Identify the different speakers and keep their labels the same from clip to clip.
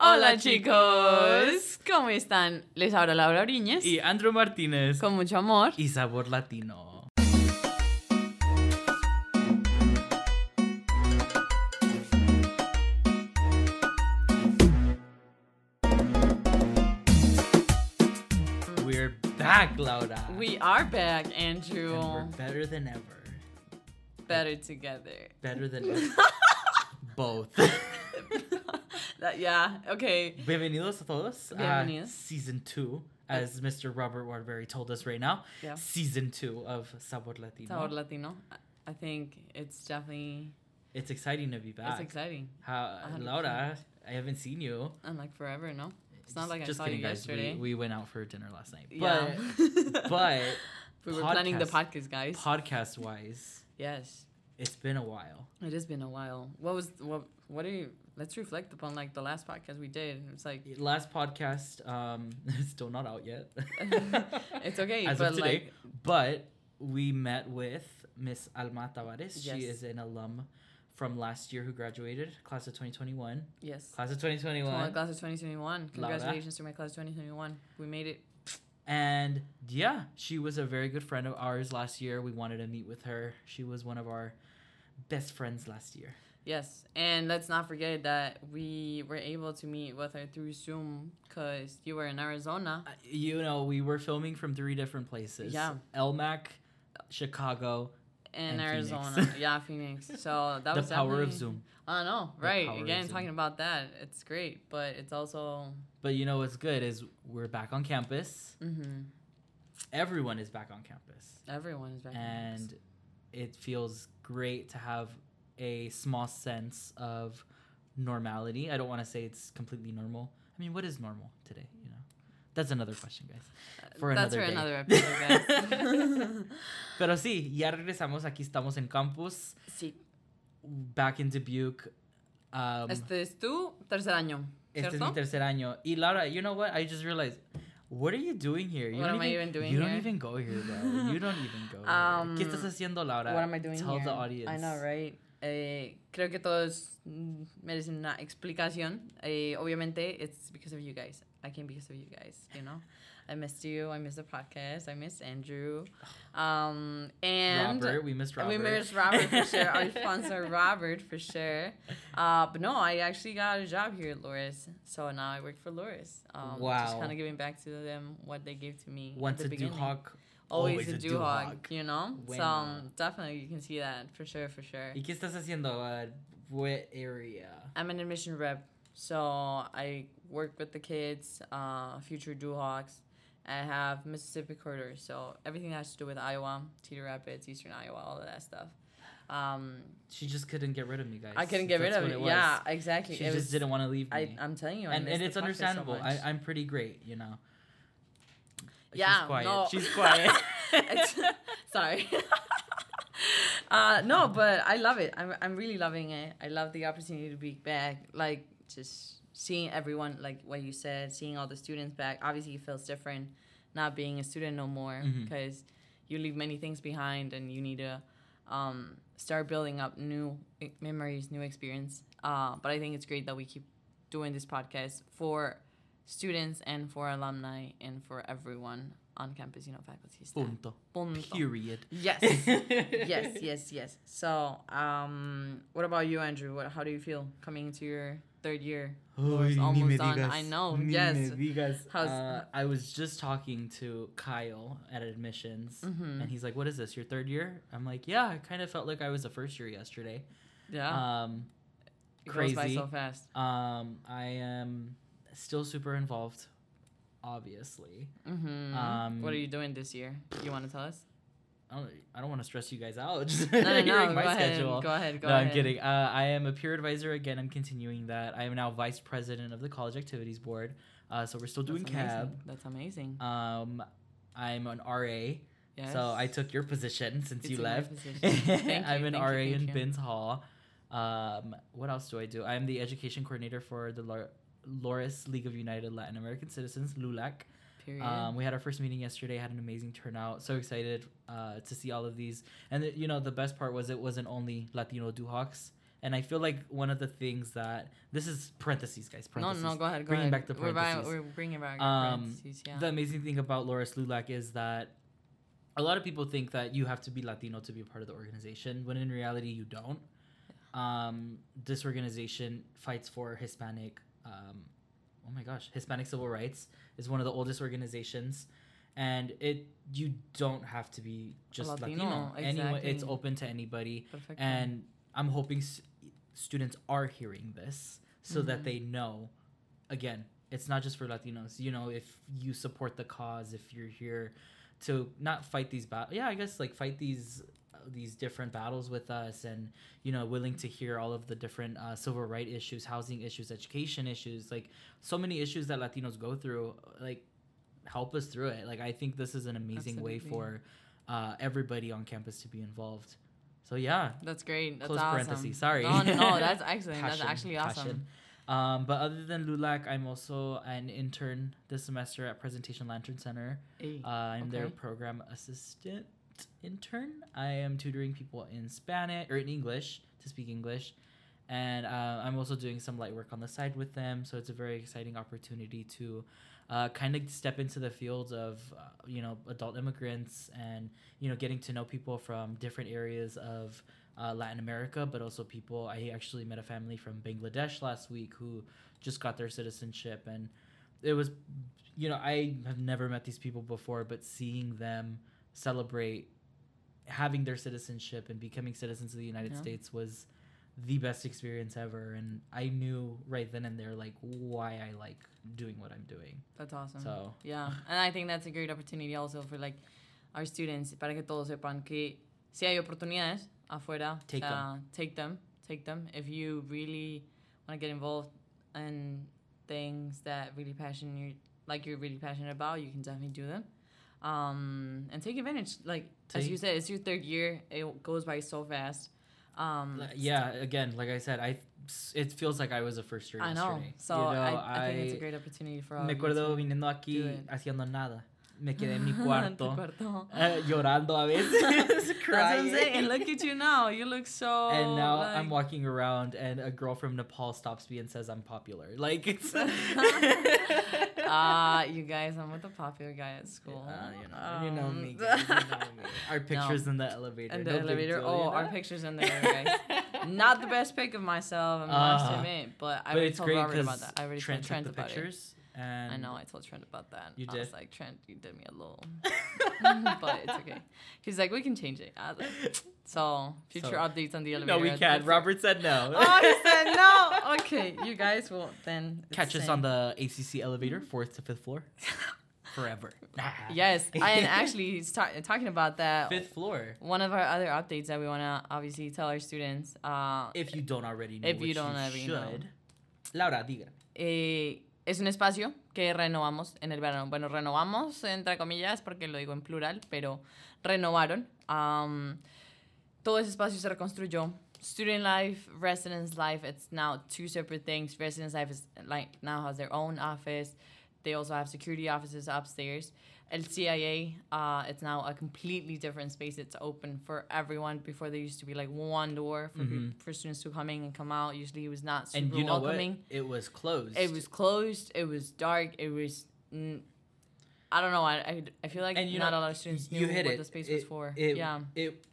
Speaker 1: Hola chicos, ¿cómo están? Les habla Laura Oriñez
Speaker 2: Y Andrew Martínez.
Speaker 1: con mucho amor.
Speaker 2: Y sabor latino. We're back, Laura.
Speaker 1: We are back,
Speaker 2: And we're
Speaker 1: Andrew.
Speaker 2: better than ever.
Speaker 1: Better together.
Speaker 2: Better than ever. both.
Speaker 1: That- yeah, okay.
Speaker 2: Bienvenidos a todos. a
Speaker 1: Bienvenidos.
Speaker 2: season two, as Mr. Robert Warberry told us right now.
Speaker 1: Yeah.
Speaker 2: Season two of Sabor Latino.
Speaker 1: Sabor Latino. I- I think it's definitely
Speaker 2: It's exciting to be back.
Speaker 1: it's exciting.
Speaker 2: How,
Speaker 1: 100%.
Speaker 2: Laura, I haven't seen you.
Speaker 1: And like forever, no? It's not like I
Speaker 2: Just
Speaker 1: saw
Speaker 2: kidding,
Speaker 1: you
Speaker 2: guys. We-
Speaker 1: yesterday.
Speaker 2: We, went out for dinner last night.
Speaker 1: yeah.
Speaker 2: But, but
Speaker 1: we were planning the
Speaker 2: podcast-
Speaker 1: podcast, guys.
Speaker 2: podcast wise,
Speaker 1: yes.
Speaker 2: it's been a while.
Speaker 1: It has been a while. What was what what do you let's reflect upon like the last podcast we did. It's like
Speaker 2: Last podcast, um, it's still not out yet.
Speaker 1: it's okay,
Speaker 2: As
Speaker 1: but
Speaker 2: of today.
Speaker 1: like
Speaker 2: but we met with Miss Alma Tavares.
Speaker 1: Yes.
Speaker 2: She is an alum from last year who graduated, class of 2021.
Speaker 1: yes.
Speaker 2: Class of
Speaker 1: To my
Speaker 2: 2021.
Speaker 1: class of 2021.
Speaker 2: Laura.
Speaker 1: Congratulations to my class of 2021. We made it.
Speaker 2: And yeah, she was a very good friend of ours last year. We wanted to meet with her. She was one of our best friends last year.
Speaker 1: Yes. And let's not forget that we were able to meet with her through Zoom because you were in Arizona.
Speaker 2: Uh, You know, we were filming from three different places.
Speaker 1: Yeah.
Speaker 2: Elmac, Chicago,
Speaker 1: In
Speaker 2: And Phoenix.
Speaker 1: Arizona. Yeah, Phoenix. So that
Speaker 2: the
Speaker 1: was
Speaker 2: power of
Speaker 1: definitely-
Speaker 2: Zoom.
Speaker 1: I know,
Speaker 2: The
Speaker 1: right.
Speaker 2: power of
Speaker 1: Again,
Speaker 2: Zoom.
Speaker 1: talking about that. It's great, but it's also.
Speaker 2: But you know what's good is we're back on campus.
Speaker 1: hmm
Speaker 2: Everyone is back on campus.
Speaker 1: Everyone is back. in Phoenix.
Speaker 2: And it feels great to have a small sense of normality. I don't want to say it's completely normal. I mean, what is normal today, you know? That's another question, guys. for
Speaker 1: Uh, That's
Speaker 2: another
Speaker 1: for
Speaker 2: day.
Speaker 1: another episode, guys.
Speaker 2: Pero sí, ya regresamos. Aquí estamos en campus.
Speaker 1: sí.
Speaker 2: Back in Dubuque. Um,
Speaker 1: Este es tu tercer año.
Speaker 2: este es mi
Speaker 1: ¿cierto?
Speaker 2: tercer año. Y Laura, you know what? I just realized. What are you doing here? You
Speaker 1: What
Speaker 2: don't
Speaker 1: am I even doing
Speaker 2: You don't
Speaker 1: here?
Speaker 2: even go here, bro. You don't even go here.
Speaker 1: Um,
Speaker 2: ¿Qué estás haciendo, Laura?
Speaker 1: What am I doing
Speaker 2: Tell
Speaker 1: here?
Speaker 2: the audience.
Speaker 1: I know, right? Eh, creo que todos mm, merecen una explicación. Eh, obviamente, it's because of you guys. I came because of you guys, you know? I missed you. I missed the podcast. I missed Andrew. Um, and
Speaker 2: Robert, we missed Robert.
Speaker 1: we missed Robert for sure. Our sponsor, Robert, for sure. Uh, but no, I actually got a job here at Loris. So now I work for Loris. Um, Just
Speaker 2: Wow.
Speaker 1: kind of giving back to them what they gave to me. at
Speaker 2: Once
Speaker 1: the
Speaker 2: a
Speaker 1: beginning
Speaker 2: Duhok.
Speaker 1: always,
Speaker 2: Always
Speaker 1: a
Speaker 2: a
Speaker 1: do hog,
Speaker 2: do-hog.
Speaker 1: you know?
Speaker 2: When
Speaker 1: so um,
Speaker 2: not.
Speaker 1: definitely you can see that for sure, for sure.
Speaker 2: ¿Y qué estás haciendo? Uh, what area?
Speaker 1: I'm an admission rep, so I work with the kids, uh, future do hogs. I have Mississippi corridor, so everything that has to do with Iowa, Cedar Rapids, Eastern Iowa, all of that stuff. Um,
Speaker 2: She just couldn't get rid of me, guys.
Speaker 1: I couldn't get rid
Speaker 2: That's
Speaker 1: of
Speaker 2: what
Speaker 1: it.
Speaker 2: was.
Speaker 1: Yeah, exactly.
Speaker 2: She
Speaker 1: it
Speaker 2: just
Speaker 1: was,
Speaker 2: didn't want to leave me.
Speaker 1: I, I'm telling you, I
Speaker 2: and,
Speaker 1: miss
Speaker 2: and
Speaker 1: the
Speaker 2: it's
Speaker 1: podcast so
Speaker 2: understandable. I,
Speaker 1: much.
Speaker 2: I'm pretty great, you know.
Speaker 1: Yeah,
Speaker 2: She's quiet.
Speaker 1: no.
Speaker 2: She's quiet.
Speaker 1: It's- sorry. uh, no, but I love it. I'm, I'm really loving it. I love the opportunity to be back. Like, just seeing everyone, like what you said, seeing all the students back. Obviously, it feels different not being a student no more
Speaker 2: Mhm.
Speaker 1: because you leave many things behind and you need to um, start building up new e- memories, new experience. Uh, but I think it's great that we keep doing this podcast for students and for alumni and for everyone on campus, you know, faculty, staff.
Speaker 2: Punto. oh.
Speaker 1: Punto.
Speaker 2: Period.
Speaker 1: Yes. yes, yes, yes. So, um, what about you, Andrew? What, how do you feel coming into your third year? Laura's
Speaker 2: Uy, ni
Speaker 1: almost
Speaker 2: me
Speaker 1: done.
Speaker 2: digas,
Speaker 1: I know,
Speaker 2: ni
Speaker 1: yes.
Speaker 2: me digas.
Speaker 1: How's-
Speaker 2: Uh, I was just talking to Kyle at admissions,
Speaker 1: Mhm.
Speaker 2: and he's like, "What is this? Your third year?" I'm like, "Yeah, I kind of felt like I was a first year yesterday."
Speaker 1: Yeah,
Speaker 2: Um,
Speaker 1: it goes by
Speaker 2: crazy.
Speaker 1: so fast.
Speaker 2: um, I am still super involved, obviously.
Speaker 1: hmm
Speaker 2: Um,
Speaker 1: what are you doing this year? You want to tell us?
Speaker 2: I don't, I don't want to stress you guys out. Just
Speaker 1: No, no, no.
Speaker 2: hearing
Speaker 1: Go ahead. Go ahead. Go
Speaker 2: no,
Speaker 1: ahead.
Speaker 2: I'm kidding. Uh, I am a peer advisor again. I'm continuing that. I am now vice president of the college activities board. Uh, so we're still doing
Speaker 1: That's
Speaker 2: CAB.
Speaker 1: amazing. That's amazing.
Speaker 2: Um, I'm an RA.
Speaker 1: Yes.
Speaker 2: So I took your position since
Speaker 1: It's
Speaker 2: you
Speaker 1: in my
Speaker 2: left.
Speaker 1: position. Thank
Speaker 2: I'm
Speaker 1: you,
Speaker 2: an
Speaker 1: thank you,
Speaker 2: RA
Speaker 1: thank
Speaker 2: in
Speaker 1: you.
Speaker 2: Bins Hall. Um, what else do I do? I'm the education coordinator for the Lor- Loris League of United Latin American Citizens, LULAC.
Speaker 1: Period.
Speaker 2: Um, we had our first meeting yesterday. Had an amazing turnout. So excited uh, to see all of these. And the, you know, the best part was it wasn't only Latino Duhawks And I feel like one of the things that this is parentheses, guys.
Speaker 1: No,
Speaker 2: Parentheses.
Speaker 1: no, go ahead. Go
Speaker 2: Bringing
Speaker 1: ahead.
Speaker 2: back the
Speaker 1: We're, by,
Speaker 2: parentheses.
Speaker 1: we're bringing back
Speaker 2: Um,
Speaker 1: parentheses. Yeah.
Speaker 2: The amazing thing about Laura Slulak is that a lot of people think that you have to be Latino to be a part of the organization, when in reality, you don't. Um, this organization fights for Hispanic, um, oh my gosh, Hispanic civil rights is one of the oldest organizations. And it you don't have to be just Latino.
Speaker 1: Latino,
Speaker 2: Anyone, it's
Speaker 1: exactly.
Speaker 2: open to anybody
Speaker 1: Perfect.
Speaker 2: and i'm hoping s- students are hearing this so
Speaker 1: Mm-hmm.
Speaker 2: that they know again it's not just for latinos you know if you support the cause if you're here to not fight these battles yeah i guess like fight these uh, these different battles with us and you know willing to hear all of the different uh, civil rights issues housing issues education issues like so many issues that latinos go through like help us through it like i think this is an amazing way
Speaker 1: Absolutely.
Speaker 2: for uh, everybody on campus to be involved so yeah
Speaker 1: that's great. That's
Speaker 2: close
Speaker 1: awesome.
Speaker 2: parentheses, sorry.
Speaker 1: No, no, that's excellent. that's actually awesome.
Speaker 2: passion. Um, but other than LULAC, I'm also an intern this semester at Presentation Lantern Center.
Speaker 1: Hey.
Speaker 2: Uh, I'm their
Speaker 1: okay.
Speaker 2: program assistant intern. I am tutoring people in Spanish or in English to speak English. And uh, I'm also doing some light work on the side with them. So it's a very exciting opportunity to uh, kind of step into the field of, uh, you know, adult immigrants and, you know, getting to know people from different areas of uh, Latin America, but also people. I actually met a family from Bangladesh last week who just got their citizenship. And it was you know, I have never met these people before, but seeing them celebrate having their citizenship and becoming citizens of the United
Speaker 1: Yeah.
Speaker 2: States was the best experience ever. And I knew right then and there, like, why I like doing what I'm doing.
Speaker 1: That's awesome.
Speaker 2: So,
Speaker 1: Yeah, and I think that's a great opportunity also for like our students para que todos sepan que si hay oportunidades afuera,
Speaker 2: Take them.
Speaker 1: uh, take them, take them. If you really want to get involved in things that really passion you like you're really passionate about, you can definitely do them. Um, and take advantage. Like as
Speaker 2: Take-
Speaker 1: you said, it's your third year. It goes by so fast. Um,
Speaker 2: li- yeah, again, like I said, I it feels like I was a first year
Speaker 1: I know.
Speaker 2: yesterday.
Speaker 1: So
Speaker 2: You know,
Speaker 1: I, I think it's a
Speaker 2: I-
Speaker 1: great opportunity for all
Speaker 2: Me
Speaker 1: of you
Speaker 2: acuerdo
Speaker 1: to-
Speaker 2: viniendo
Speaker 1: do
Speaker 2: aquí
Speaker 1: it.
Speaker 2: haciendo nada. Me quedé en mi
Speaker 1: Tu
Speaker 2: cuarto,
Speaker 1: cuarto.
Speaker 2: eh, llorando a veces,
Speaker 1: That's what I'm
Speaker 2: crying.
Speaker 1: saying. And look at you now. You look so.
Speaker 2: and now
Speaker 1: like-
Speaker 2: I'm walking around, and a girl from Nepal stops me and says I'm popular. Like it's
Speaker 1: Uh, Ah, you guys, I'm with the popular guy at school.
Speaker 2: Uh, you know, you know
Speaker 1: Um,
Speaker 2: me. Guys, you know me. Our pictures in the elevator.
Speaker 1: And the
Speaker 2: no big
Speaker 1: elevator.
Speaker 2: deal, you
Speaker 1: oh, our
Speaker 2: know?
Speaker 1: pictures in there, guys. Not the best pic of myself, I must
Speaker 2: Ah.
Speaker 1: admit. But I
Speaker 2: but
Speaker 1: already
Speaker 2: it's
Speaker 1: told
Speaker 2: great
Speaker 1: Robert
Speaker 2: because
Speaker 1: about that. I already
Speaker 2: Trent
Speaker 1: told Trent
Speaker 2: took the
Speaker 1: about it.
Speaker 2: pictures. And
Speaker 1: I know. I told Trent about that.
Speaker 2: You
Speaker 1: I
Speaker 2: did?
Speaker 1: was like, Trent, you did me a little. but it's okay. He's like, we can change it. I was like, so future
Speaker 2: So-
Speaker 1: updates on the elevator.
Speaker 2: No, we can't.
Speaker 1: That's-
Speaker 2: Robert said no.
Speaker 1: Oh, he said no. Okay, you guys will then
Speaker 2: Catch us on the ACC elevator, fourth to fifth floor, forever.
Speaker 1: Yes, and actually, he's ta- talking about that.
Speaker 2: fifth floor.
Speaker 1: One of our other updates that we want to obviously tell our students uh,
Speaker 2: If you don't already know,
Speaker 1: If
Speaker 2: which
Speaker 1: you don't already know.
Speaker 2: should. Laura, diga.
Speaker 1: eh, es un espacio que renovamos en el verano. Bueno, renovamos entre comillas porque lo digo en plural, pero renovaron. Um, todo ese espacio se reconstruyó. Student life, residence life, it's now two separate things. Residence life is like now has their own office. They also have security offices upstairs. El CIA, uh, it's now a completely different space. It's open for everyone. Before there used to be like one door for, pe- for students to come in and come out. Usually it was not super
Speaker 2: Mm-hmm. And you know
Speaker 1: welcoming.
Speaker 2: what? It was closed.
Speaker 1: It was closed. It was dark. It was. N- I don't know. I, I, I feel like
Speaker 2: And you
Speaker 1: not a
Speaker 2: know,
Speaker 1: lot of students knew
Speaker 2: you hit
Speaker 1: what
Speaker 2: it.
Speaker 1: the space
Speaker 2: it,
Speaker 1: was for.
Speaker 2: It,
Speaker 1: yeah.
Speaker 2: It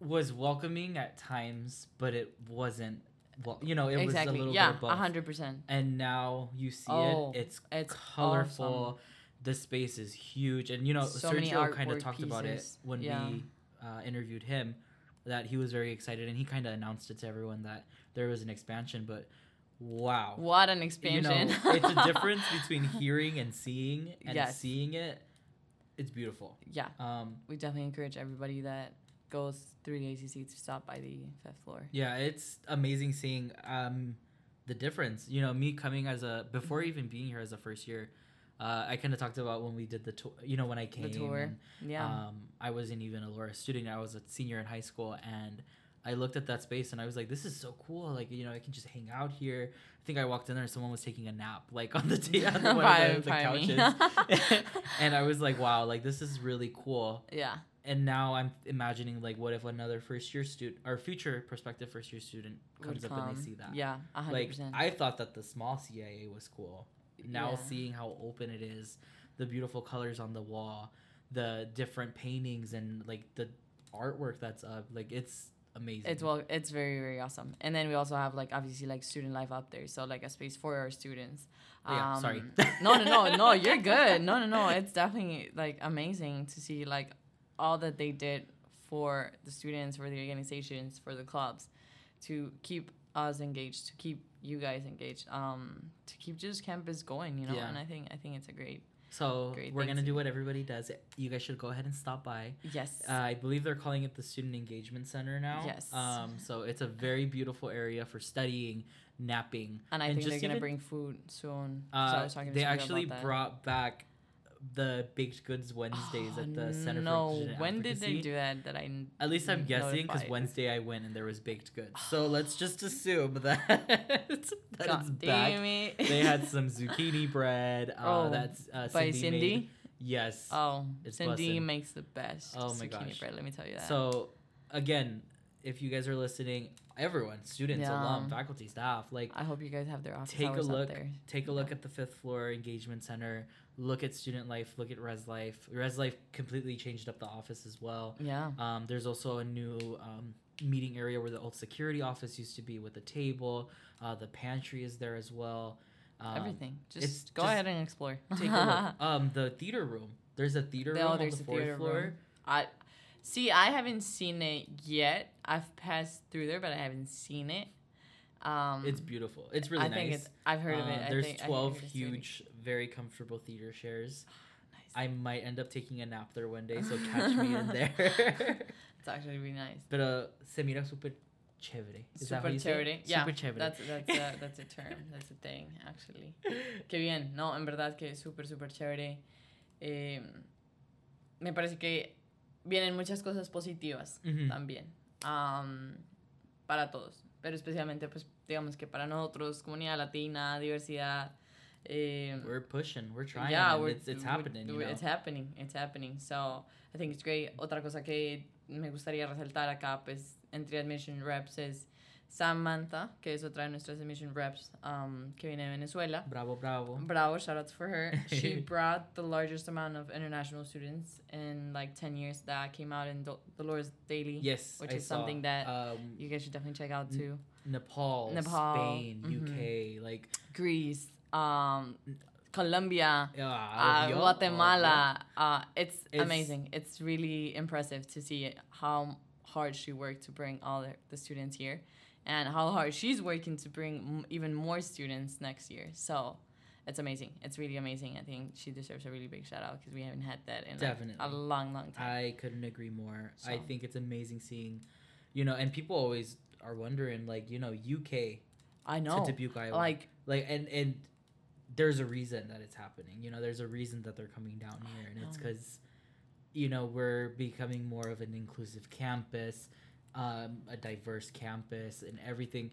Speaker 2: was welcoming at times, but it wasn't. Well, you know, it
Speaker 1: exactly.
Speaker 2: was a little
Speaker 1: yeah.
Speaker 2: bit
Speaker 1: A
Speaker 2: above.
Speaker 1: hundred percent.
Speaker 2: And now you see
Speaker 1: Oh,
Speaker 2: it. It's,
Speaker 1: it's
Speaker 2: colorful.
Speaker 1: awesome.
Speaker 2: The space is huge, and you know,
Speaker 1: So many
Speaker 2: Sergio kind
Speaker 1: artwork
Speaker 2: of talked about it
Speaker 1: pieces.
Speaker 2: when
Speaker 1: Yeah.
Speaker 2: we uh, interviewed him. That he was very excited, and he kind of announced it to everyone that there was an expansion. But wow,
Speaker 1: What an
Speaker 2: you know,
Speaker 1: expansion.
Speaker 2: it's a difference between hearing and seeing, and
Speaker 1: Yes.
Speaker 2: seeing it. It's beautiful.
Speaker 1: yeah.
Speaker 2: Um,
Speaker 1: We definitely encourage everybody that goes through the ACC to stop by the fifth floor.
Speaker 2: Yeah, it's amazing seeing um the difference. You know, me coming as a before
Speaker 1: Mm-hmm.
Speaker 2: even being here as a first year, uh, I kind of talked about when we did the tour. You know, when I came,
Speaker 1: tour,
Speaker 2: and,
Speaker 1: Yeah.
Speaker 2: um, I wasn't even a Laura student. I was a senior in high school, and I looked at that space and I was like, "This is so cool! Like, you know, I can just hang out here." I think I walked in there and someone was taking a nap, like on the ta- on one of
Speaker 1: Probably-
Speaker 2: the, the
Speaker 1: probably me.
Speaker 2: couches, and I was like, "Wow! Like, this is really cool."
Speaker 1: yeah.
Speaker 2: and now I'm imagining like what if another first year student or future prospective first year student
Speaker 1: would
Speaker 2: comes up and they
Speaker 1: come.
Speaker 2: see that.
Speaker 1: Yeah, a hundred
Speaker 2: Like
Speaker 1: percent.
Speaker 2: I thought that the small CIA was cool. Now
Speaker 1: Yeah.
Speaker 2: seeing how open it is, the beautiful colors on the wall, the different paintings and like the artwork that's up, like it's amazing.
Speaker 1: It's well, it's very very awesome. And then we also have like obviously like student life up there, so like a space for our students. Um,
Speaker 2: Yeah, sorry.
Speaker 1: no, no, no, no. You're good. No, no, no. It's definitely like amazing to see like all that they did for the students, for the organizations, for the clubs, to keep us engaged, to keep you guys engaged, um, to keep just campus going. You know,
Speaker 2: Yeah.
Speaker 1: and I think I think it's a great
Speaker 2: So
Speaker 1: Great,
Speaker 2: we're
Speaker 1: thanks.
Speaker 2: gonna do what everybody does. You guys should go ahead and stop by.
Speaker 1: yes.
Speaker 2: Uh, I believe they're calling it the Student Engagement Center now.
Speaker 1: Yes.
Speaker 2: Um, so it's a very beautiful area for studying, napping,
Speaker 1: and I
Speaker 2: and
Speaker 1: think they're
Speaker 2: just
Speaker 1: gonna
Speaker 2: even-
Speaker 1: bring food soon.
Speaker 2: Uh,
Speaker 1: so I was talking to
Speaker 2: they
Speaker 1: somebody
Speaker 2: actually
Speaker 1: about that.
Speaker 2: brought back the baked goods Wednesdays
Speaker 1: Oh,
Speaker 2: at the Center
Speaker 1: no.
Speaker 2: for Student
Speaker 1: when did they
Speaker 2: Advocacy.
Speaker 1: do that? That I n-
Speaker 2: At least I'm
Speaker 1: n-
Speaker 2: guessing because
Speaker 1: notified?
Speaker 2: Wednesday I went and there was baked goods. So let's just assume that that
Speaker 1: God
Speaker 2: it's
Speaker 1: damn
Speaker 2: back.
Speaker 1: it.
Speaker 2: They had some zucchini bread. Uh,
Speaker 1: Oh,
Speaker 2: that's uh,
Speaker 1: by
Speaker 2: Cindy.
Speaker 1: Cindy.
Speaker 2: made. Yes.
Speaker 1: Oh,
Speaker 2: It's
Speaker 1: Cindy
Speaker 2: blessing.
Speaker 1: makes the best
Speaker 2: Oh my
Speaker 1: zucchini
Speaker 2: gosh.
Speaker 1: bread. Let me tell you that.
Speaker 2: So again, if you guys are listening, everyone, students,
Speaker 1: Yeah.
Speaker 2: alum, faculty, staff, like
Speaker 1: I hope you guys have their office
Speaker 2: take a
Speaker 1: hours
Speaker 2: look
Speaker 1: up there.
Speaker 2: take a look at the fifth floor engagement center, look at student life, look at res life. Res life completely changed up the office as well.
Speaker 1: Yeah.
Speaker 2: Um, there's also a new um, meeting area where the old security office used to be with a table. Uh, the pantry is there as well. Um,
Speaker 1: Everything. Just
Speaker 2: it's
Speaker 1: go
Speaker 2: just-
Speaker 1: ahead and explore.
Speaker 2: Take a look. Um, the theater room. There's a theater room
Speaker 1: Oh,
Speaker 2: on
Speaker 1: there's
Speaker 2: the
Speaker 1: a
Speaker 2: fourth
Speaker 1: theater
Speaker 2: floor.
Speaker 1: room. I see. I haven't seen it yet. I've passed through there, but I haven't seen it. Um,
Speaker 2: It's beautiful. It's really
Speaker 1: I
Speaker 2: nice.
Speaker 1: think it's. I've heard of
Speaker 2: Uh,
Speaker 1: it. I
Speaker 2: there's
Speaker 1: think- I think
Speaker 2: 12
Speaker 1: I've just seen it.
Speaker 2: huge, very comfortable theater chairs.
Speaker 1: Nice.
Speaker 2: I might end up taking a nap there one day, so catch me in there.
Speaker 1: It's actually really nice.
Speaker 2: But uh, se mira super chévere. Is that how
Speaker 1: Super
Speaker 2: you say it?
Speaker 1: chévere. Yeah,
Speaker 2: Super chévere.
Speaker 1: That's that's a, that's a term. That's a thing actually. Qué bien, no, en verdad que es súper, súper chévere. Eh, me parece que vienen muchas cosas positivas
Speaker 2: Ujú.
Speaker 1: también am, para todos, pero especialmente, pues, digamos que para nosotros, comunidad latina, diversidad. eh,
Speaker 2: We're pushing. We're trying.
Speaker 1: yeah,
Speaker 2: and
Speaker 1: we're,
Speaker 2: it's, it's
Speaker 1: we're-
Speaker 2: happening. you
Speaker 1: we're-
Speaker 2: know?
Speaker 1: It's happening. It's happening. So I think it's great. Otra cosa que me gustaría resaltar acá, pues, entre admission reps es Samantha, que es otra de nuestras admission reps um, que viene de Venezuela.
Speaker 2: bravo, bravo.
Speaker 1: Bravo, shout outs for her. She brought the largest amount of international students in like 10 years that came out in Dol- Dolores Daily.
Speaker 2: Yes,
Speaker 1: Which
Speaker 2: I
Speaker 1: is something
Speaker 2: saw.
Speaker 1: that
Speaker 2: um,
Speaker 1: You guys should definitely check out
Speaker 2: Mm.
Speaker 1: too.
Speaker 2: Nepal,
Speaker 1: Nepal,
Speaker 2: Spain,
Speaker 1: mhm.
Speaker 2: UK, like
Speaker 1: Greece, um, Colombia,
Speaker 2: uh,
Speaker 1: uh,
Speaker 2: yo-
Speaker 1: Guatemala. Uh, it's,
Speaker 2: It's-
Speaker 1: amazing. It's really impressive to see how hard she worked to bring all the, the students here and how hard she's working to bring m- even more students next year. So it's amazing. It's really amazing. I think she deserves a really big shout out because we haven't had that in like,
Speaker 2: Definitely.
Speaker 1: a long, long time.
Speaker 2: I couldn't agree more. I
Speaker 1: So.
Speaker 2: think it's amazing seeing, you know, and people always are wondering, like, you know, UK
Speaker 1: I, know.
Speaker 2: to Dubuque, Iowa.
Speaker 1: Like,
Speaker 2: like and and there's a reason that it's happening you know there's a reason that they're coming down here and it's
Speaker 1: know.
Speaker 2: because you know we're becoming more of an inclusive campus um, a diverse campus and everything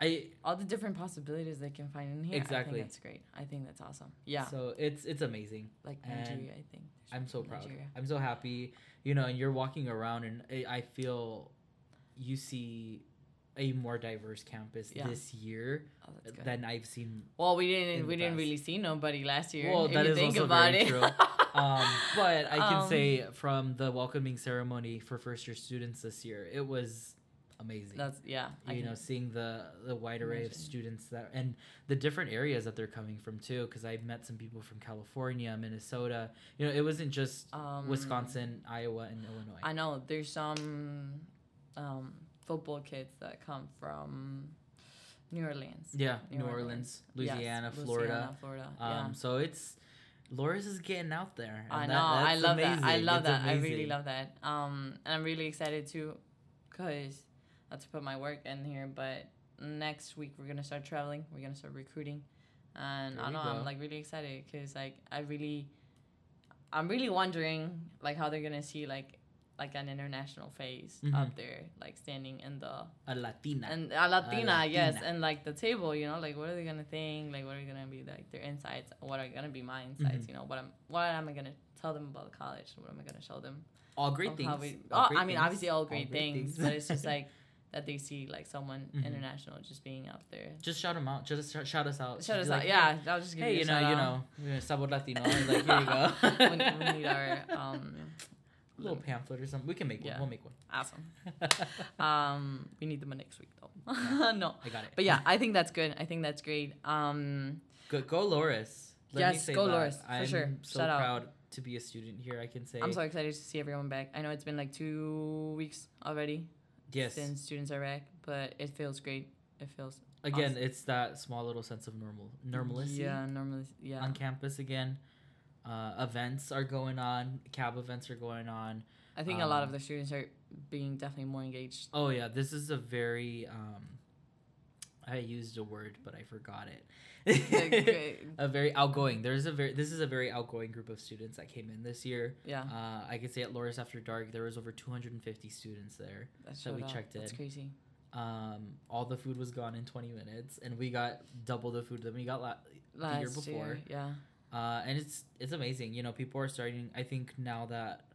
Speaker 2: i
Speaker 1: all the different possibilities they can find in here. I
Speaker 2: Exactly.
Speaker 1: think that's great. I think that's awesome. Yeah.
Speaker 2: so it's it's amazing
Speaker 1: like
Speaker 2: And
Speaker 1: Nigeria, I think.
Speaker 2: i'm so proud
Speaker 1: Nigeria.
Speaker 2: i'm so happy you know and you're walking around and i, I feel you see a more diverse campus
Speaker 1: Yeah.
Speaker 2: this year
Speaker 1: Oh, that's good.
Speaker 2: than i've seen
Speaker 1: well, we
Speaker 2: in
Speaker 1: didn't
Speaker 2: the
Speaker 1: we didn't
Speaker 2: past.
Speaker 1: really see nobody last year.
Speaker 2: Well,
Speaker 1: if
Speaker 2: that
Speaker 1: you
Speaker 2: is
Speaker 1: think
Speaker 2: also
Speaker 1: about
Speaker 2: very
Speaker 1: it.
Speaker 2: true. um, but I can
Speaker 1: Um,
Speaker 2: say from the welcoming ceremony for first year students this year, it was amazing.
Speaker 1: that's yeah. I
Speaker 2: you
Speaker 1: can-
Speaker 2: know, seeing the the wide array of
Speaker 1: imagine.
Speaker 2: students that and the different areas that they're coming from too. Because I met some people from California, Minnesota. You know, it wasn't just
Speaker 1: um,
Speaker 2: Wisconsin, Iowa, and Illinois.
Speaker 1: I know there's some um, football kids that come from New Orleans.
Speaker 2: yeah,
Speaker 1: New
Speaker 2: New,
Speaker 1: Orleans.
Speaker 2: Orleans,
Speaker 1: Yes,
Speaker 2: Louisiana, Florida.
Speaker 1: Louisiana, Florida.
Speaker 2: Um,
Speaker 1: yeah.
Speaker 2: so it's. Laura's is getting out there.
Speaker 1: I
Speaker 2: and
Speaker 1: know.
Speaker 2: that-
Speaker 1: I
Speaker 2: that's
Speaker 1: love that. I
Speaker 2: amazing.
Speaker 1: love
Speaker 2: It's
Speaker 1: that. I really
Speaker 2: amazing.
Speaker 1: love that. Um, and I'm really excited too, cause not to put my work in here, but next week we're gonna start traveling. We're gonna start recruiting, and
Speaker 2: There
Speaker 1: I
Speaker 2: we
Speaker 1: know I'm
Speaker 2: go.
Speaker 1: like really excited, cause like I really, I'm really wondering like how they're gonna see like like an international face
Speaker 2: Mhm.
Speaker 1: up there, like standing in the
Speaker 2: a Latina.
Speaker 1: and a Latina, yes,
Speaker 2: Latina.
Speaker 1: and like the table, you know, like what are they gonna think? Like what are gonna be like their insights? What are gonna be my insights?
Speaker 2: Mhm.
Speaker 1: You know, what I'm what am I gonna tell them about college? What am I gonna show them?
Speaker 2: all great
Speaker 1: of
Speaker 2: things.
Speaker 1: how we-
Speaker 2: All
Speaker 1: oh,
Speaker 2: great
Speaker 1: I mean,
Speaker 2: things.
Speaker 1: obviously all great, things, but it's just like that they see like someone
Speaker 2: Mhm.
Speaker 1: international just being out there.
Speaker 2: just shout them out. Just sh- shout us out.
Speaker 1: Shout
Speaker 2: Be
Speaker 1: us
Speaker 2: like,
Speaker 1: out, yeah. I was just gonna
Speaker 2: Hey, you know, you know, you know, Sabor Latino. Like here you go.
Speaker 1: we, we need our um,
Speaker 2: little pamphlet or something. We can make
Speaker 1: Yeah.
Speaker 2: one. We'll make one.
Speaker 1: awesome.
Speaker 2: I
Speaker 1: Um, we need them next week though. no,
Speaker 2: got it.
Speaker 1: but yeah, I think that's good. I think that's great. Um,
Speaker 2: Go, go Loris.
Speaker 1: Yes, go Loris, for
Speaker 2: I'm
Speaker 1: sure.
Speaker 2: So
Speaker 1: Shout out.
Speaker 2: proud to be a student here. I can say.
Speaker 1: I'm so excited to see everyone back. I know it's been like two weeks already
Speaker 2: Yes.
Speaker 1: since students are back, but it feels great. It feels
Speaker 2: Again,
Speaker 1: awesome.
Speaker 2: it's that small little sense of normal normalcy Um,
Speaker 1: Yeah, normally, yeah.
Speaker 2: on campus again. Uh, events are going on. Cab events are going on.
Speaker 1: I think a lot of
Speaker 2: um,
Speaker 1: the students are being definitely more engaged.
Speaker 2: Oh yeah, this is a very. Um, I used a word, but I forgot
Speaker 1: Like,
Speaker 2: it.
Speaker 1: uh,
Speaker 2: a very outgoing. There's a very. This is a very outgoing group of students that came in this year.
Speaker 1: yeah,
Speaker 2: Uh, I could say at Loris After Dark, there was over 250 students there.
Speaker 1: that's
Speaker 2: so we
Speaker 1: showed up.
Speaker 2: checked
Speaker 1: That's
Speaker 2: in.
Speaker 1: crazy.
Speaker 2: Um, all the food was gone in 20 minutes, and we got double the food that we got. La-
Speaker 1: Last
Speaker 2: year
Speaker 1: year
Speaker 2: before.
Speaker 1: yeah,
Speaker 2: uh, and it's it's amazing. You know, people are starting. I think now that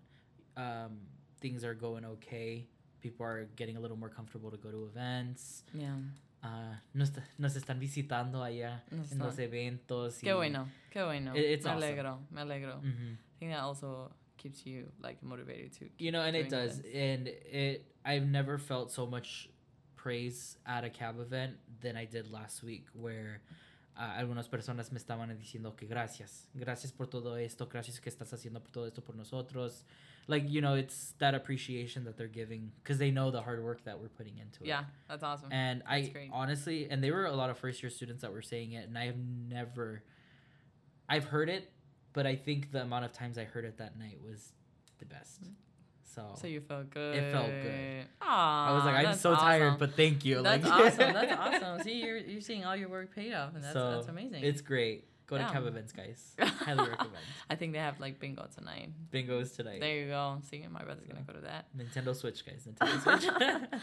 Speaker 2: um, things are going okay, people are getting a little more comfortable to go to events.
Speaker 1: yeah.
Speaker 2: Uh, nos, nos están visitando allá
Speaker 1: That's
Speaker 2: en
Speaker 1: not-
Speaker 2: los eventos.
Speaker 1: Qué bueno, qué bueno.
Speaker 2: It- it's
Speaker 1: me
Speaker 2: awesome.
Speaker 1: alegro, me alegro.
Speaker 2: hmm
Speaker 1: I think that also keeps you like motivated to.
Speaker 2: you know and it
Speaker 1: doing
Speaker 2: does
Speaker 1: events.
Speaker 2: and it i've never felt so much praise at a cab event than i did last week where uh, algunas personas me estaban diciendo que gracias gracias por todo esto gracias que estás haciendo por todo esto por nosotros like you know it's that appreciation that they're giving because they know the hard work that we're putting into it
Speaker 1: Yeah, that's awesome.
Speaker 2: and
Speaker 1: Mm-hmm. That's
Speaker 2: I
Speaker 1: great.
Speaker 2: honestly, and they were a lot of first year students that were saying it, and I have never, I've heard it, but I think the amount of times I heard it that night was the best. So,
Speaker 1: Mm-hmm. so you felt good.
Speaker 2: felt good.
Speaker 1: Aw,
Speaker 2: I was like, I'm
Speaker 1: that's
Speaker 2: so tired,
Speaker 1: awesome.
Speaker 2: but thank you.
Speaker 1: that's
Speaker 2: like,
Speaker 1: awesome. That's awesome. See, you're you're seeing all your work paid off, and that's
Speaker 2: So,
Speaker 1: that's amazing.
Speaker 2: It's great. Go to
Speaker 1: Yeah.
Speaker 2: cab events, guys. Highly recommend.
Speaker 1: I think they have like bingo tonight.
Speaker 2: Bingo is tonight.
Speaker 1: There you go. See, my brother's gonna go to that.
Speaker 2: Nintendo Switch, guys. Nintendo Switch.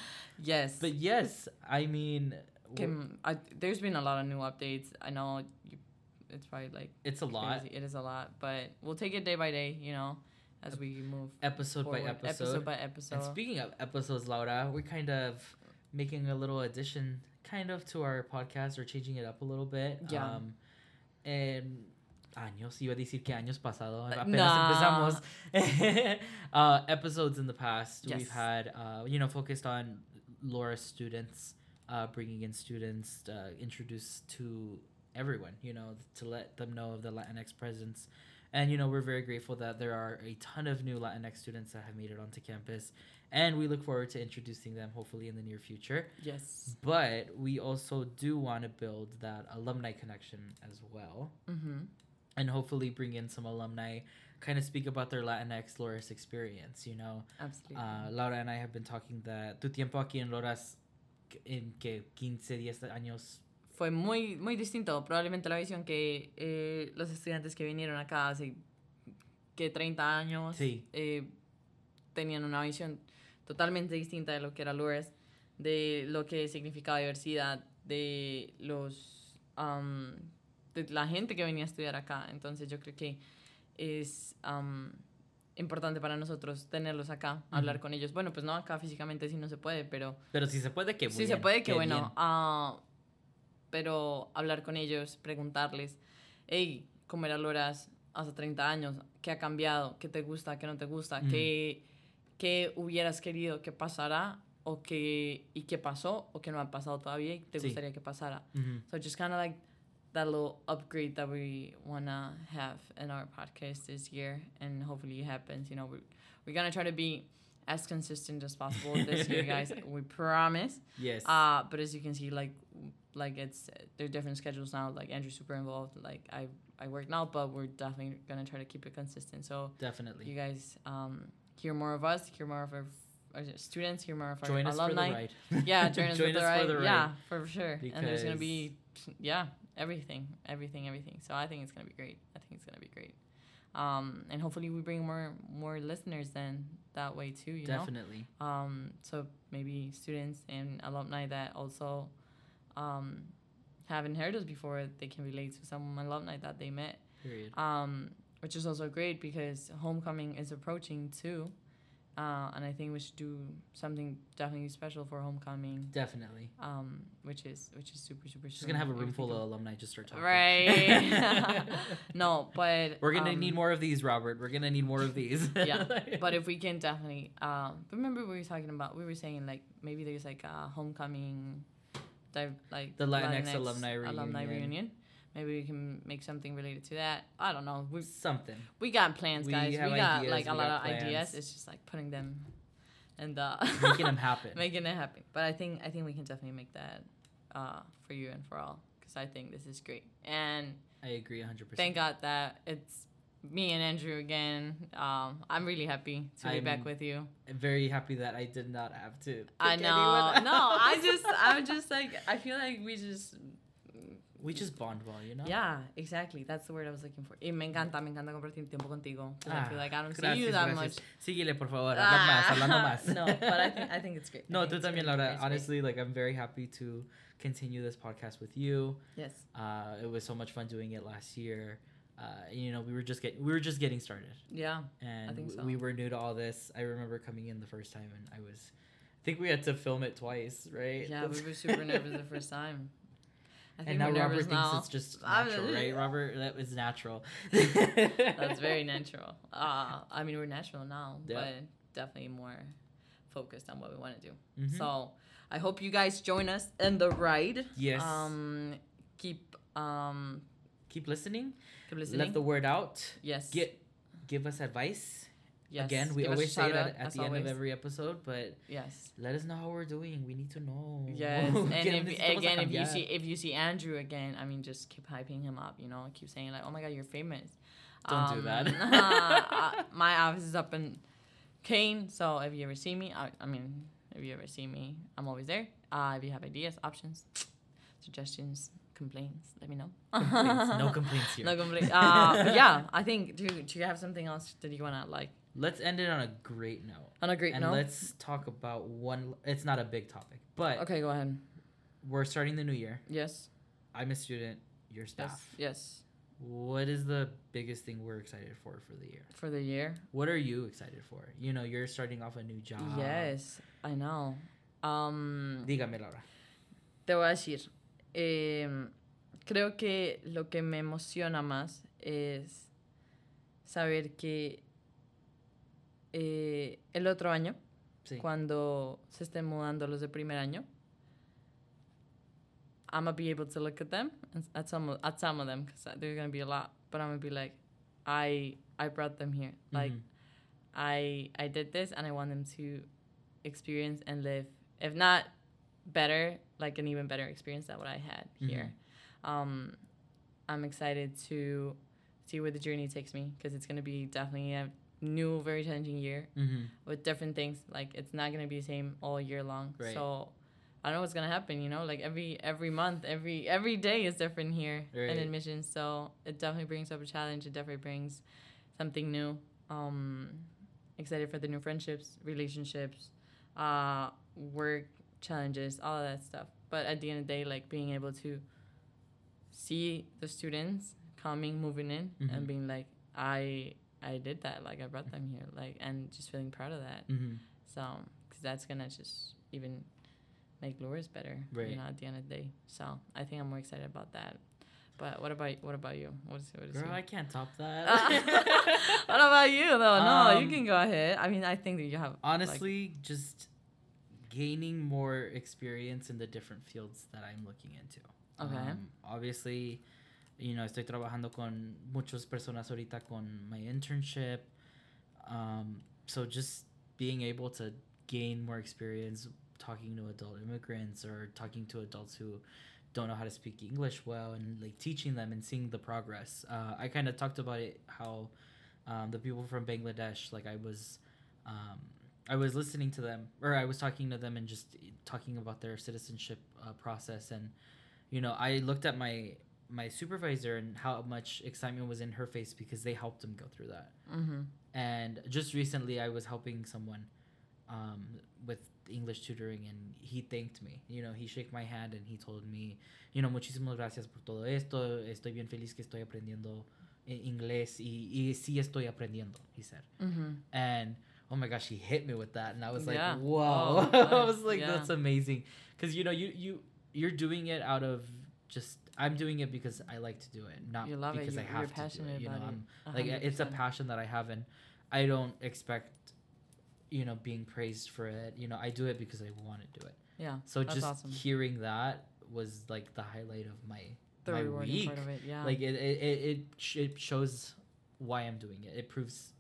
Speaker 1: Yes.
Speaker 2: but yes, I mean, w-
Speaker 1: Kim, I, there's been a lot of new updates. I know you, it's probably like
Speaker 2: it's a lot.
Speaker 1: crazy. It is a lot, but we'll take it day by day. You know, as we move
Speaker 2: Episode
Speaker 1: forward,
Speaker 2: by
Speaker 1: episode by episode.
Speaker 2: And speaking of episodes, Laura, we're kind of making a little addition, kind of to our podcast. We're changing it up a little bit.
Speaker 1: Yeah.
Speaker 2: Um, and años, iba a decir que años pasado.
Speaker 1: Uh,
Speaker 2: Apenas
Speaker 1: nah.
Speaker 2: empezamos. uh, episodes in the past,
Speaker 1: Yes.
Speaker 2: we've had, uh, you know, focused on Laura's students, uh, bringing in students, uh, introduced to everyone, you know, to let them know of the Latinx presence. And, you know, we're very grateful that there are a ton of new Latinx students that have made it onto campus. And we look forward to introducing them hopefully in the near future.
Speaker 1: yes.
Speaker 2: But we also do want to build that alumni connection as well.
Speaker 1: Mm-hmm.
Speaker 2: And hopefully bring in some alumni, kind of speak about their Latinx Loris experience. You know,
Speaker 1: Absolutely.
Speaker 2: uh, Laura and I have been talking that tu tiempo aquí en Loras en que 15, 10 años.
Speaker 1: Fue muy muy distinto. Probablemente la visión que eh, los estudiantes que vinieron acá hace que 30 años
Speaker 2: Sí.
Speaker 1: eh, tenían una visión totalmente distinta de lo que era Lourdes, de lo que significaba diversidad, de los um, de la gente que venía a estudiar acá. Entonces yo creo que es um, importante para nosotros tenerlos acá, hablar
Speaker 2: Ujú.
Speaker 1: con ellos. Bueno, pues no acá físicamente sí no se puede, pero
Speaker 2: Pero si se puede, que
Speaker 1: sí se puede que bueno. ah, pero hablar con ellos, preguntarles, hey, ¿cómo era Loras hace 30 años? ¿Qué ha cambiado? ¿Qué te gusta? ¿Qué no te gusta?
Speaker 2: Mm.
Speaker 1: ¿Qué, qué hubieras querido que pasara? ¿O qué, ¿Y qué pasó? ¿O qué no ha pasado todavía y te
Speaker 2: Sí.
Speaker 1: gustaría que pasara?
Speaker 2: hmm
Speaker 1: So just kind of like that little upgrade that we wanna have in our podcast this year, and hopefully it happens. You know, we we're gonna try to be as consistent as possible this year, guys. We promise.
Speaker 2: Yes.
Speaker 1: Uh, but as you can see, like, like it's there are different schedules now. Like Andrew's super involved. Like I, I work now, but we're definitely gonna try to keep it consistent. So you
Speaker 2: Definitely.
Speaker 1: guys, um, hear more of us, hear more of our, our students, hear more of our
Speaker 2: Join us for the
Speaker 1: alumni.
Speaker 2: ride.
Speaker 1: Yeah, join us, for, the ride.
Speaker 2: ride.
Speaker 1: Yeah, for sure. and there's gonna
Speaker 2: Because-
Speaker 1: be, yeah, everything, everything, everything. So I think it's gonna be great. I think it's gonna be great. Um, and hopefully we bring more more listeners then that way too. You know.
Speaker 2: Definitely.
Speaker 1: Um, so maybe students and alumni that also um, haven't heard us before, they can relate to some alumni that they met,
Speaker 2: Period.
Speaker 1: um, which is also great because homecoming is approaching too. uh, and I think we should do something definitely special for homecoming,
Speaker 2: Definitely.
Speaker 1: um, which is which is super super.
Speaker 2: She's gonna have a
Speaker 1: soon.
Speaker 2: room full
Speaker 1: Everything-
Speaker 2: of alumni just start talking.
Speaker 1: Right. no, but
Speaker 2: We're gonna
Speaker 1: um,
Speaker 2: need more of these, Robert. We're gonna need more of these.
Speaker 1: Yeah, But if we can definitely, um, remember we were talking about we were saying like maybe there's like a homecoming, div- like
Speaker 2: The Latinx alumni
Speaker 1: alumni
Speaker 2: reunion.
Speaker 1: reunion. Maybe we can make something related to that. I don't know. We
Speaker 2: something.
Speaker 1: we got plans,
Speaker 2: We
Speaker 1: guys. We,
Speaker 2: have
Speaker 1: got
Speaker 2: ideas,
Speaker 1: like a
Speaker 2: we
Speaker 1: lot
Speaker 2: got
Speaker 1: of ideas.
Speaker 2: plans.
Speaker 1: It's just like putting them and uh,
Speaker 2: Making them happen.
Speaker 1: making it happen. But I think I think we can definitely make that uh, for you and for all because I think this is great. And
Speaker 2: I agree 100. percent
Speaker 1: thank God that it's me and Andrew again. Um, I'm really happy to be
Speaker 2: I'm-
Speaker 1: back with you.
Speaker 2: I'm very happy that I did not have to. pick
Speaker 1: I
Speaker 2: anyone
Speaker 1: know. No, I
Speaker 2: else.
Speaker 1: just I'm just like I feel like we just
Speaker 2: We just bond well, you know.
Speaker 1: yeah, exactly. That's the word I was looking for. Y me encanta, me encanta compartir tiempo contigo. 'cause I
Speaker 2: Ah,
Speaker 1: feel like I don't see you
Speaker 2: Gracias,
Speaker 1: that
Speaker 2: gracias.
Speaker 1: much.
Speaker 2: Síguele, por favor. Habla
Speaker 1: Ah,
Speaker 2: más, hablando más.
Speaker 1: no, but I think I think it's great. I
Speaker 2: No,
Speaker 1: think
Speaker 2: tú
Speaker 1: it's
Speaker 2: también,
Speaker 1: great.
Speaker 2: Laura.
Speaker 1: It's great.
Speaker 2: Honestly, like I'm very happy to continue this podcast with you.
Speaker 1: Yes.
Speaker 2: Uh, it was so much fun doing it last year. Uh, you know, we were just getting we were just getting started,
Speaker 1: Yeah.
Speaker 2: and
Speaker 1: think
Speaker 2: w-
Speaker 1: so.
Speaker 2: we were new to all this. I remember coming in the first time, and I was, I think we had to film it twice, right?
Speaker 1: Yeah, we were super nervous the first time. I
Speaker 2: Eh, and
Speaker 1: think
Speaker 2: now
Speaker 1: we're
Speaker 2: Robert
Speaker 1: nervous
Speaker 2: thinks
Speaker 1: now.
Speaker 2: it's just
Speaker 1: I'm-
Speaker 2: natural, right? Robert, that was natural.
Speaker 1: That's very natural. Uh, I mean, we're natural now,
Speaker 2: Yeah.
Speaker 1: but definitely more focused on what we want to do.
Speaker 2: Mhm.
Speaker 1: So I hope you guys join us in the ride.
Speaker 2: yes.
Speaker 1: Um, keep um,
Speaker 2: Keep listening.
Speaker 1: keep listening.
Speaker 2: Let the word out.
Speaker 1: yes.
Speaker 2: Get give us advice.
Speaker 1: yes.
Speaker 2: Again, we
Speaker 1: Give us a
Speaker 2: always say
Speaker 1: shout-out,
Speaker 2: that at
Speaker 1: as
Speaker 2: the end
Speaker 1: always.
Speaker 2: of every episode, but
Speaker 1: Yes.
Speaker 2: let us know how we're doing. We need to know.
Speaker 1: Yes, and
Speaker 2: Que
Speaker 1: if,
Speaker 2: necesitamos
Speaker 1: again, if you
Speaker 2: cambiar.
Speaker 1: see if you see Andrew again, I mean, just keep hyping him up. You know, keep saying like, "Oh my God, you're famous." Um,
Speaker 2: Don't do that.
Speaker 1: uh, my office is up in Kane, so if you ever see me, I, I mean, if you ever see me, I'm always there. Uh, if you have ideas, options, suggestions, complaints, let me know.
Speaker 2: Complaints. no complaints here.
Speaker 1: no complaints. Uh, but yeah, I think. Do Do you have something else that you wanna like
Speaker 2: Let's end it on a great note.
Speaker 1: on a great
Speaker 2: and
Speaker 1: note?
Speaker 2: let's talk about one. It's not a big topic, but
Speaker 1: Okay, go ahead.
Speaker 2: we're starting the new year.
Speaker 1: Yes.
Speaker 2: I'm a student. Your
Speaker 1: Yes.
Speaker 2: staff.
Speaker 1: Yes.
Speaker 2: What is the biggest thing we're excited for for the year?
Speaker 1: For the year.
Speaker 2: What are you excited for? You know, you're starting off a new job.
Speaker 1: Yes, I know. Um,
Speaker 2: Dígame, Laura.
Speaker 1: te voy a decir, eh, creo que lo que me emociona más es saber que eh, el otro año,
Speaker 2: Sí.
Speaker 1: cuando se estén mudando los de primer año, I'm gonna be able to look at them and at some of- at some of them because there's gonna be a lot, but I'm gonna be like, I I brought them here, like
Speaker 2: Mhm.
Speaker 1: I I did this and I want them to experience and live, if not better, like an even better experience than what I had here. Um, I'm excited to see where the journey takes me because it's gonna be definitely a new, very challenging year
Speaker 2: Mhm.
Speaker 1: with different things. Like it's not gonna be the same all year long.
Speaker 2: Right.
Speaker 1: So I don't know what's gonna happen. You know, like every every month, every every day is different here
Speaker 2: Right.
Speaker 1: in admissions. So it definitely brings up a challenge. It definitely brings something new. Um, excited for the new friendships, relationships, uh, work challenges, all of that stuff. But at the end of the day, like being able to see the students coming, moving in,
Speaker 2: Mhm.
Speaker 1: and being like, I I did that. Like I brought them here. Like and just feeling proud of that.
Speaker 2: Mhm.
Speaker 1: So because that's gonna just even make lures better.
Speaker 2: Right.
Speaker 1: You know, at the end of the day. So I think I'm more excited about that. But what about what about you? What is what is
Speaker 2: Girl,
Speaker 1: your-
Speaker 2: I can't top that.
Speaker 1: what about you though? No,
Speaker 2: Um,
Speaker 1: you can go ahead. I mean, I think that you have
Speaker 2: Honestly, just gaining more experience in the different fields that I'm looking into.
Speaker 1: Okay.
Speaker 2: um, obviously, you know, estoy trabajando con muchas personas ahorita con my internship. Um, so just being able to gain more experience talking to adult immigrants or talking to adults who don't know how to speak English well and like teaching them and seeing the progress. Uh, I kind of talked about it how um, the people from Bangladesh, like I was, um, I was listening to them or I was talking to them and just talking about their citizenship uh, process and you know I looked at my my supervisor and how much excitement was in her face because they helped him go through that
Speaker 1: hmm
Speaker 2: and just recently i was helping someone um, with english tutoring and he thanked me you know he shook my hand and he told me you know muchísimas gracias por todo esto estoy bien feliz que estoy e-, aprendiendo eh, inglés y, y sí estoy aprendiendo he said
Speaker 1: hmm
Speaker 2: and oh my gosh, he hit me with that, and I was like,
Speaker 1: Yeah.
Speaker 2: whoa,
Speaker 1: Oh,
Speaker 2: I
Speaker 1: nice.
Speaker 2: was like,
Speaker 1: Yeah.
Speaker 2: that's amazing, because you know, you you you're doing it out of just I'm doing it because I like to do it, not
Speaker 1: You love it.
Speaker 2: because
Speaker 1: You-
Speaker 2: I
Speaker 1: you're
Speaker 2: have to do
Speaker 1: passionate
Speaker 2: it. You know,
Speaker 1: about it.
Speaker 2: I'm like it's a
Speaker 1: 100%.
Speaker 2: passion that I have, and I don't expect you know being praised for it. You know, I do it because I want to do it.
Speaker 1: Yeah.
Speaker 2: So
Speaker 1: That's
Speaker 2: just
Speaker 1: awesome.
Speaker 2: hearing that was like the highlight of my
Speaker 1: The
Speaker 2: my
Speaker 1: rewarding
Speaker 2: week.
Speaker 1: part of it. Yeah.
Speaker 2: Like it it it it, sh- it shows why I'm doing it. It proves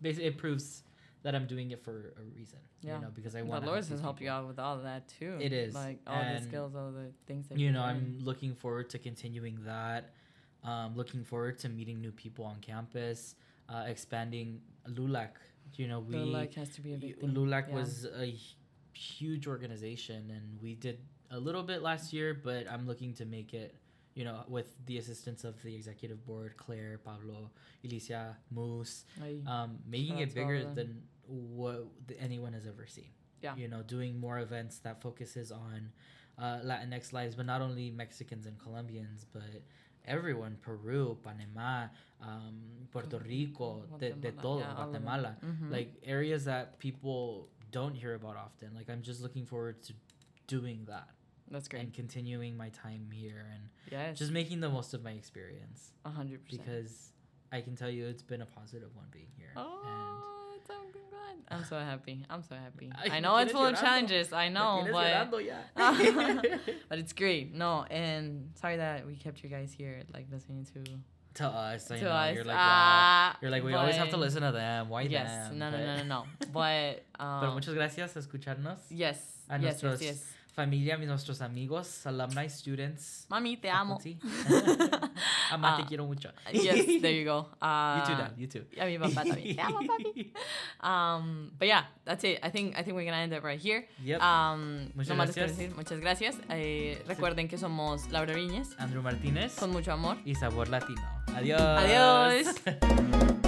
Speaker 2: basically it proves that I'm doing it for a reason.
Speaker 1: Yeah.
Speaker 2: You know, because I
Speaker 1: the
Speaker 2: want
Speaker 1: Lord's has helped you out with all of that too.
Speaker 2: It is,
Speaker 1: Like all
Speaker 2: and,
Speaker 1: the skills, all the things that
Speaker 2: You
Speaker 1: you've
Speaker 2: know,
Speaker 1: learned.
Speaker 2: I'm looking forward to continuing that. Um, looking forward to meeting new people on campus, uh, expanding LULAC. You know, we
Speaker 1: the luck has to be a big
Speaker 2: Y-
Speaker 1: thing.
Speaker 2: LULAC
Speaker 1: yeah.
Speaker 2: was a h- huge organization, and we did a little bit last year, but I'm looking to make it, you know, with the assistance of the executive board, Claire, Pablo, Alicia, Moose,
Speaker 1: Ay,
Speaker 2: um, making
Speaker 1: Shout out
Speaker 2: it
Speaker 1: to all
Speaker 2: bigger
Speaker 1: of
Speaker 2: than what th- anyone has ever seen.
Speaker 1: Yeah.
Speaker 2: You know, doing more events that focuses on uh, Latinx lives, but not only Mexicans and Colombians, but everyone, Peru, Panama, um, Puerto
Speaker 1: Guatem-
Speaker 2: Rico, de, de
Speaker 1: Guatemala,
Speaker 2: todo,
Speaker 1: yeah, all of it.
Speaker 2: Guatemala
Speaker 1: mhm.
Speaker 2: uh, like areas that people don't hear about often like i'm just looking forward to doing that
Speaker 1: that's great.
Speaker 2: and continuing my time here and
Speaker 1: Yes,
Speaker 2: just making the most of my experience
Speaker 1: a hundred percent.
Speaker 2: because i can tell you it's been a positive one being here
Speaker 1: Oh, it's- I'm glad. I'm so happy. I'm so happy.
Speaker 2: Ay,
Speaker 1: I know it's
Speaker 2: tienes
Speaker 1: full of
Speaker 2: llorando.
Speaker 1: challenges. I know, but but it's great. No, and sorry that we kept you guys here, like listening to
Speaker 2: to us, I
Speaker 1: to
Speaker 2: know,
Speaker 1: us.
Speaker 2: you're like, wow.
Speaker 1: Ah,
Speaker 2: You're like, we always have to
Speaker 1: but-
Speaker 2: listen to them. Why
Speaker 1: Yes,
Speaker 2: them?
Speaker 1: no, no,
Speaker 2: But-
Speaker 1: no, no, no. But um,
Speaker 2: Pero muchas gracias por escucharnos.
Speaker 1: yes,
Speaker 2: a
Speaker 1: yes, yes,
Speaker 2: nuestros-
Speaker 1: yes.
Speaker 2: Familia, mis nuestros amigos, alumni, students.
Speaker 1: Mommy, te amo.
Speaker 2: faculty. Ama, te
Speaker 1: Ah,
Speaker 2: quiero mucho.
Speaker 1: yes, there you go. Uh,
Speaker 2: You too, Dad. You too.
Speaker 1: A mi papá también. Te amo, papi. Um, but yeah, that's it. I think I think we're gonna end up right here.
Speaker 2: Yep.
Speaker 1: Um,
Speaker 2: Muchas
Speaker 1: no más les quiero
Speaker 2: gracias.
Speaker 1: decir muchas gracias. Eh, recuerden que somos Laura Viñez,
Speaker 2: Andrew Martínez
Speaker 1: con mucho amor.
Speaker 2: y Sabor Latino. Adiós.
Speaker 1: Adiós.